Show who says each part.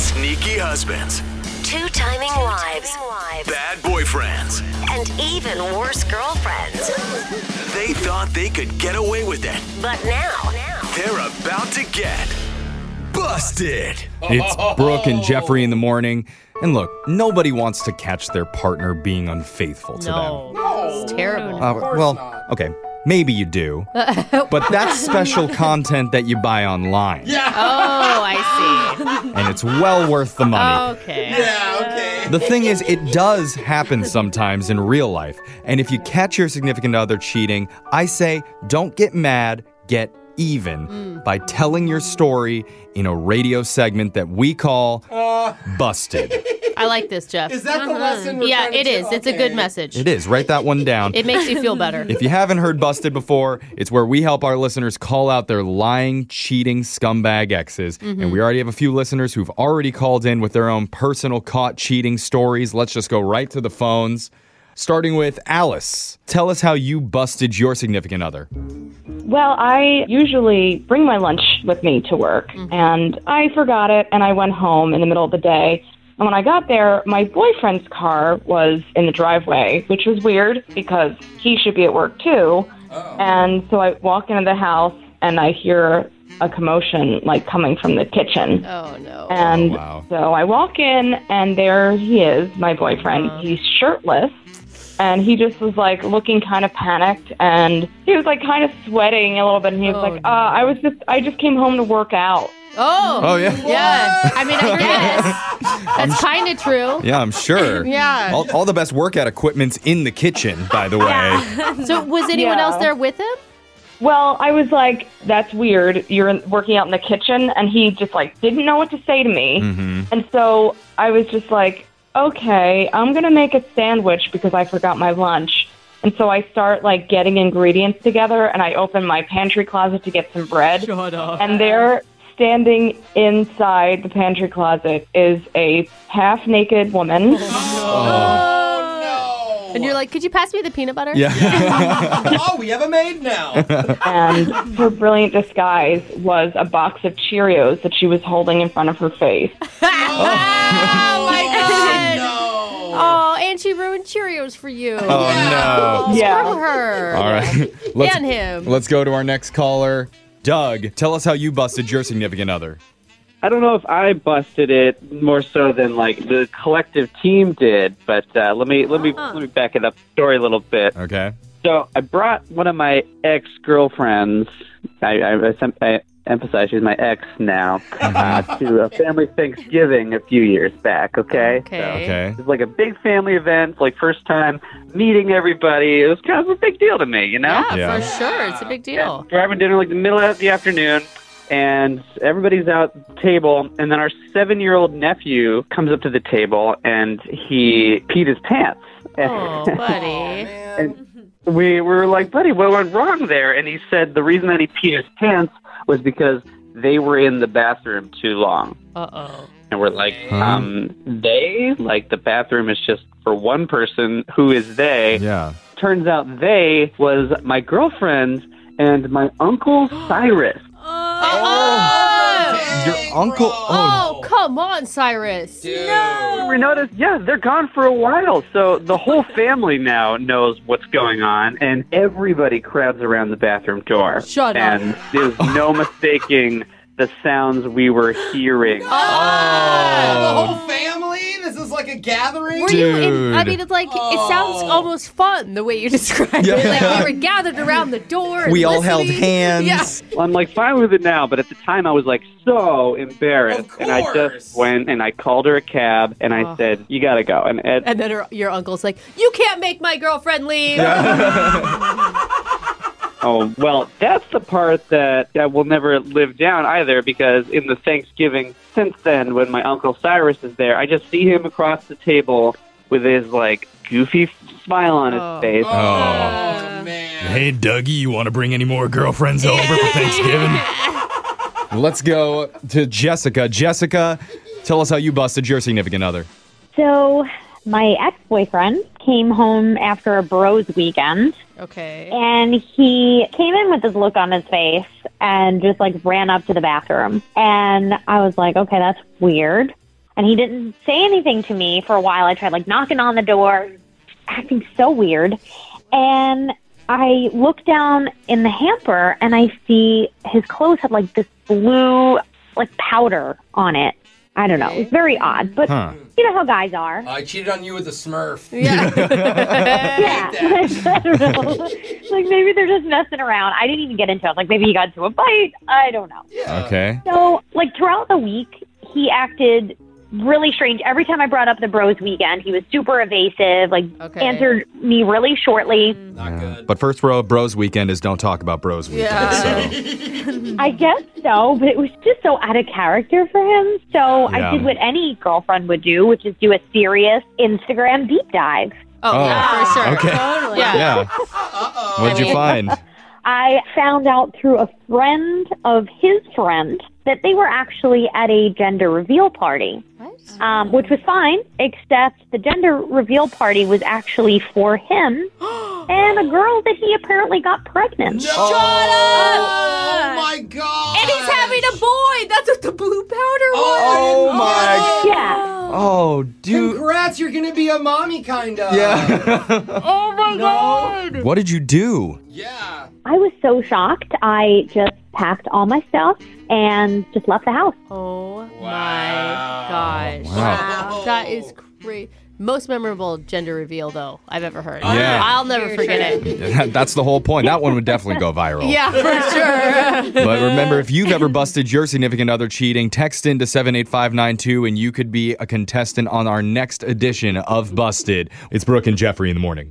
Speaker 1: sneaky husbands,
Speaker 2: Two timing wives.
Speaker 1: bad boyfriends.
Speaker 2: And even worse girlfriends.
Speaker 1: They thought they could get away with it.
Speaker 2: But now,
Speaker 1: They're about to get busted.
Speaker 3: It's Brooke and Jeffrey in the morning. And look, nobody wants to catch their partner being unfaithful to
Speaker 4: No.
Speaker 3: them.
Speaker 4: It's terrible.
Speaker 3: Uh, well, okay, maybe you do. but that's special content that you buy online.
Speaker 4: Oh, I
Speaker 3: And it's well worth the money.
Speaker 4: see. Oh, Okay.
Speaker 3: The thing is, it does happen sometimes in real life. And if you catch your significant other cheating, I say don't get mad, get even
Speaker 4: Mm.
Speaker 3: by telling your story in a radio segment that we call
Speaker 4: Uh.
Speaker 3: Busted.
Speaker 4: I like this, Jeff. Uh-huh.
Speaker 5: Is that the lesson? We're
Speaker 4: yeah,
Speaker 5: trying to
Speaker 4: it is.
Speaker 5: get-
Speaker 4: It's a good
Speaker 5: okay.
Speaker 4: message.
Speaker 3: It is. Write that one down.
Speaker 4: It makes you feel better.
Speaker 3: If you haven't heard Busted before, it's where we help our listeners call out their lying, cheating, scumbag exes.
Speaker 4: Mm-hmm.
Speaker 3: And we already have a few listeners who've already called in with their own personal caught cheating stories. Let's just go right to the phones. Starting with Alice. Tell us how you busted your significant other.
Speaker 6: Well, I usually bring my lunch with me to work,
Speaker 4: Mm-hmm.
Speaker 6: and I forgot it, and I went home in the middle of the day. And when I got there, my boyfriend's car was in the driveway, which was weird because he should be at work too.
Speaker 4: Oh.
Speaker 6: And so I walk into the house, and I hear a commotion like coming from the kitchen.
Speaker 4: Oh no.
Speaker 6: And
Speaker 3: wow.
Speaker 6: so I walk in, and there he is, my boyfriend.
Speaker 4: Uh-huh.
Speaker 6: He's shirtless, and he just was like looking kind of panicked, and he was like kind of sweating a little bit. And he was
Speaker 4: Oh,
Speaker 6: like, uh, "I was just, I just came home to work out."
Speaker 4: Oh.
Speaker 3: Oh, yeah.
Speaker 4: Yeah. I mean, I guess that's kind of true.
Speaker 3: Yeah, I'm sure.
Speaker 4: Yeah.
Speaker 3: All, all the best workout equipment's in the kitchen, by the way.
Speaker 4: So was anyone
Speaker 6: Yeah.
Speaker 4: else there with him?
Speaker 6: Well, I was like, "That's weird. You're in- working out in the kitchen," and he just like didn't know what to say to me, and so I was just like, "Okay, I'm gonna make a sandwich because I forgot my lunch." And so I start like getting ingredients together, and I open my pantry closet to get some bread.
Speaker 4: Shut up.
Speaker 6: And there, standing inside the pantry closet, is a half naked woman.
Speaker 5: Oh,
Speaker 4: And you're like, could you pass me the peanut butter?
Speaker 3: Yeah.
Speaker 5: oh, we have a maid now.
Speaker 6: And her brilliant disguise was a box of Cheerios that she was holding in front of her face.
Speaker 4: Oh my god.
Speaker 5: no.
Speaker 4: Oh, and she ruined Cheerios for you.
Speaker 3: Oh, no.
Speaker 6: Yeah.
Speaker 4: Screw her.
Speaker 3: All right. Let's,
Speaker 4: And him.
Speaker 3: let's go to our next caller. Doug, tell us how you busted your significant other.
Speaker 7: I don't know if I busted it more so than like the collective team did, but uh, let me let me
Speaker 4: Uh-huh.
Speaker 7: let me back it up story a little bit.
Speaker 3: Okay.
Speaker 7: So I brought one of my ex girlfriends. I, I, I, sem- I emphasize she's my ex now
Speaker 4: Uh-huh.
Speaker 7: uh, to a family Thanksgiving a few years back. Okay. So
Speaker 4: Okay.
Speaker 3: Okay.
Speaker 7: it was like a big family event, like first time meeting everybody. It was kind of a big deal to me, you know.
Speaker 4: Yeah,
Speaker 3: Yeah.
Speaker 4: for sure. It's a big deal.
Speaker 7: We're having dinner like the middle of the afternoon, and everybody's out at the table, and then our seven year old nephew comes up to the table and he peed his pants.
Speaker 4: Oh, buddy.
Speaker 7: we were like, buddy, what went wrong there? And he said the reason that he peed his pants was because they were in the bathroom too long.
Speaker 4: Uh oh.
Speaker 7: And we're like, um, they? Like, the bathroom is just for one person. Who is they?
Speaker 3: Yeah.
Speaker 7: Turns out they was my girlfriend and my uncle Cyrus.
Speaker 4: Oh,
Speaker 3: Your uncle. Oh,
Speaker 4: oh, come on, Cyrus.
Speaker 7: We noticed, yeah, they're gone for a while. So the whole family now knows what's going on, and everybody crowds around the bathroom door.
Speaker 4: Shut up.
Speaker 7: and there's no mistaking the sounds we were hearing.
Speaker 3: Oh.
Speaker 5: The whole family? This is like a gathering? Oh.
Speaker 4: Were you in, I
Speaker 3: Dude.
Speaker 4: mean, it's like it sounds almost fun the way you described
Speaker 3: Yeah.
Speaker 4: it. Like we were gathered around the door. and
Speaker 3: oh, we all held
Speaker 4: listening.
Speaker 3: hands.
Speaker 4: Yeah.
Speaker 7: Well, I'm like fine with it now, but at the time I was like so embarrassed,
Speaker 5: Of
Speaker 7: and I
Speaker 5: course.
Speaker 7: just went and I called her a cab, and I said, "You gotta go." And Ed,
Speaker 4: And then her, your uncle's like, "You can't make my girlfriend leave."
Speaker 7: Oh, well, that's the part that, that will never live down either because in the Thanksgiving since then, when my Uncle Cyrus is there, I just see him across the table with his, like, goofy f- smile on his
Speaker 4: Oh.
Speaker 7: face.
Speaker 5: Oh, man.
Speaker 3: Hey, Dougie, you want to bring any more girlfriends over for Thanksgiving? Let's go to Jessica. Jessica, tell us how you busted your significant other.
Speaker 8: So, my ex boyfriend came home after a bros weekend,
Speaker 4: Okay.
Speaker 8: and he came in with this look on his face and just like ran up to the bathroom. And I was like, okay, that's weird. And he didn't say anything to me for a while. I tried like knocking on the door, acting so weird. And I look down in the hamper and I see his clothes had like this blue like powder on it. I don't know. It was very odd, but
Speaker 3: Huh.
Speaker 8: you know how guys are.
Speaker 5: I cheated on you with a Smurf.
Speaker 4: Yeah.
Speaker 8: Yeah. I don't know. like maybe they're just messing around. I didn't even get into it. I was Like maybe he got into a fight. I don't know.
Speaker 3: Okay.
Speaker 8: So like throughout the week, he acted really strange. Every time I brought up the bros weekend, he was super evasive. Like
Speaker 4: Okay.
Speaker 8: answered me really shortly.
Speaker 5: Not good.
Speaker 3: But first, bro, Bros Weekend is don't talk about Bros Weekend.
Speaker 4: Yeah.
Speaker 3: So.
Speaker 8: I guess so, but it was just so out of character for him. So
Speaker 3: Yeah.
Speaker 8: I did what any girlfriend would do, which is do a serious Instagram deep dive.
Speaker 4: Oh, yeah, for sure.
Speaker 3: Okay.
Speaker 9: Totally.
Speaker 4: Yeah.
Speaker 3: Yeah. What'd you
Speaker 4: mean-
Speaker 3: find?
Speaker 8: I found out through a friend of his friend that they were actually at a gender reveal party, um, which was fine, except the gender reveal party was actually for him and a girl that he apparently got pregnant.
Speaker 5: Oh my god.
Speaker 9: And he's having a boy. That's what the blue powder
Speaker 5: Oh,
Speaker 9: was.
Speaker 5: my.
Speaker 8: Yeah.
Speaker 3: Oh, dude.
Speaker 5: Congrats, you're gonna be a mommy kind of.
Speaker 3: Yeah.
Speaker 9: Oh my god.
Speaker 3: what did you do?
Speaker 5: Yeah.
Speaker 8: I was so shocked. I just packed all my stuff and just left the house.
Speaker 4: Oh
Speaker 5: Wow.
Speaker 4: my gosh.
Speaker 3: Wow.
Speaker 5: Wow.
Speaker 4: That is crazy. Most memorable gender reveal though I've ever heard.
Speaker 3: Yeah.
Speaker 4: I'll never forget it.
Speaker 3: That's the whole point. That one would definitely go viral.
Speaker 4: Yeah, for sure.
Speaker 3: But remember, if you've ever busted your significant other cheating, text into 78592 and you could be a contestant on our next edition of Busted. It's Brooke and Jeffrey in the morning.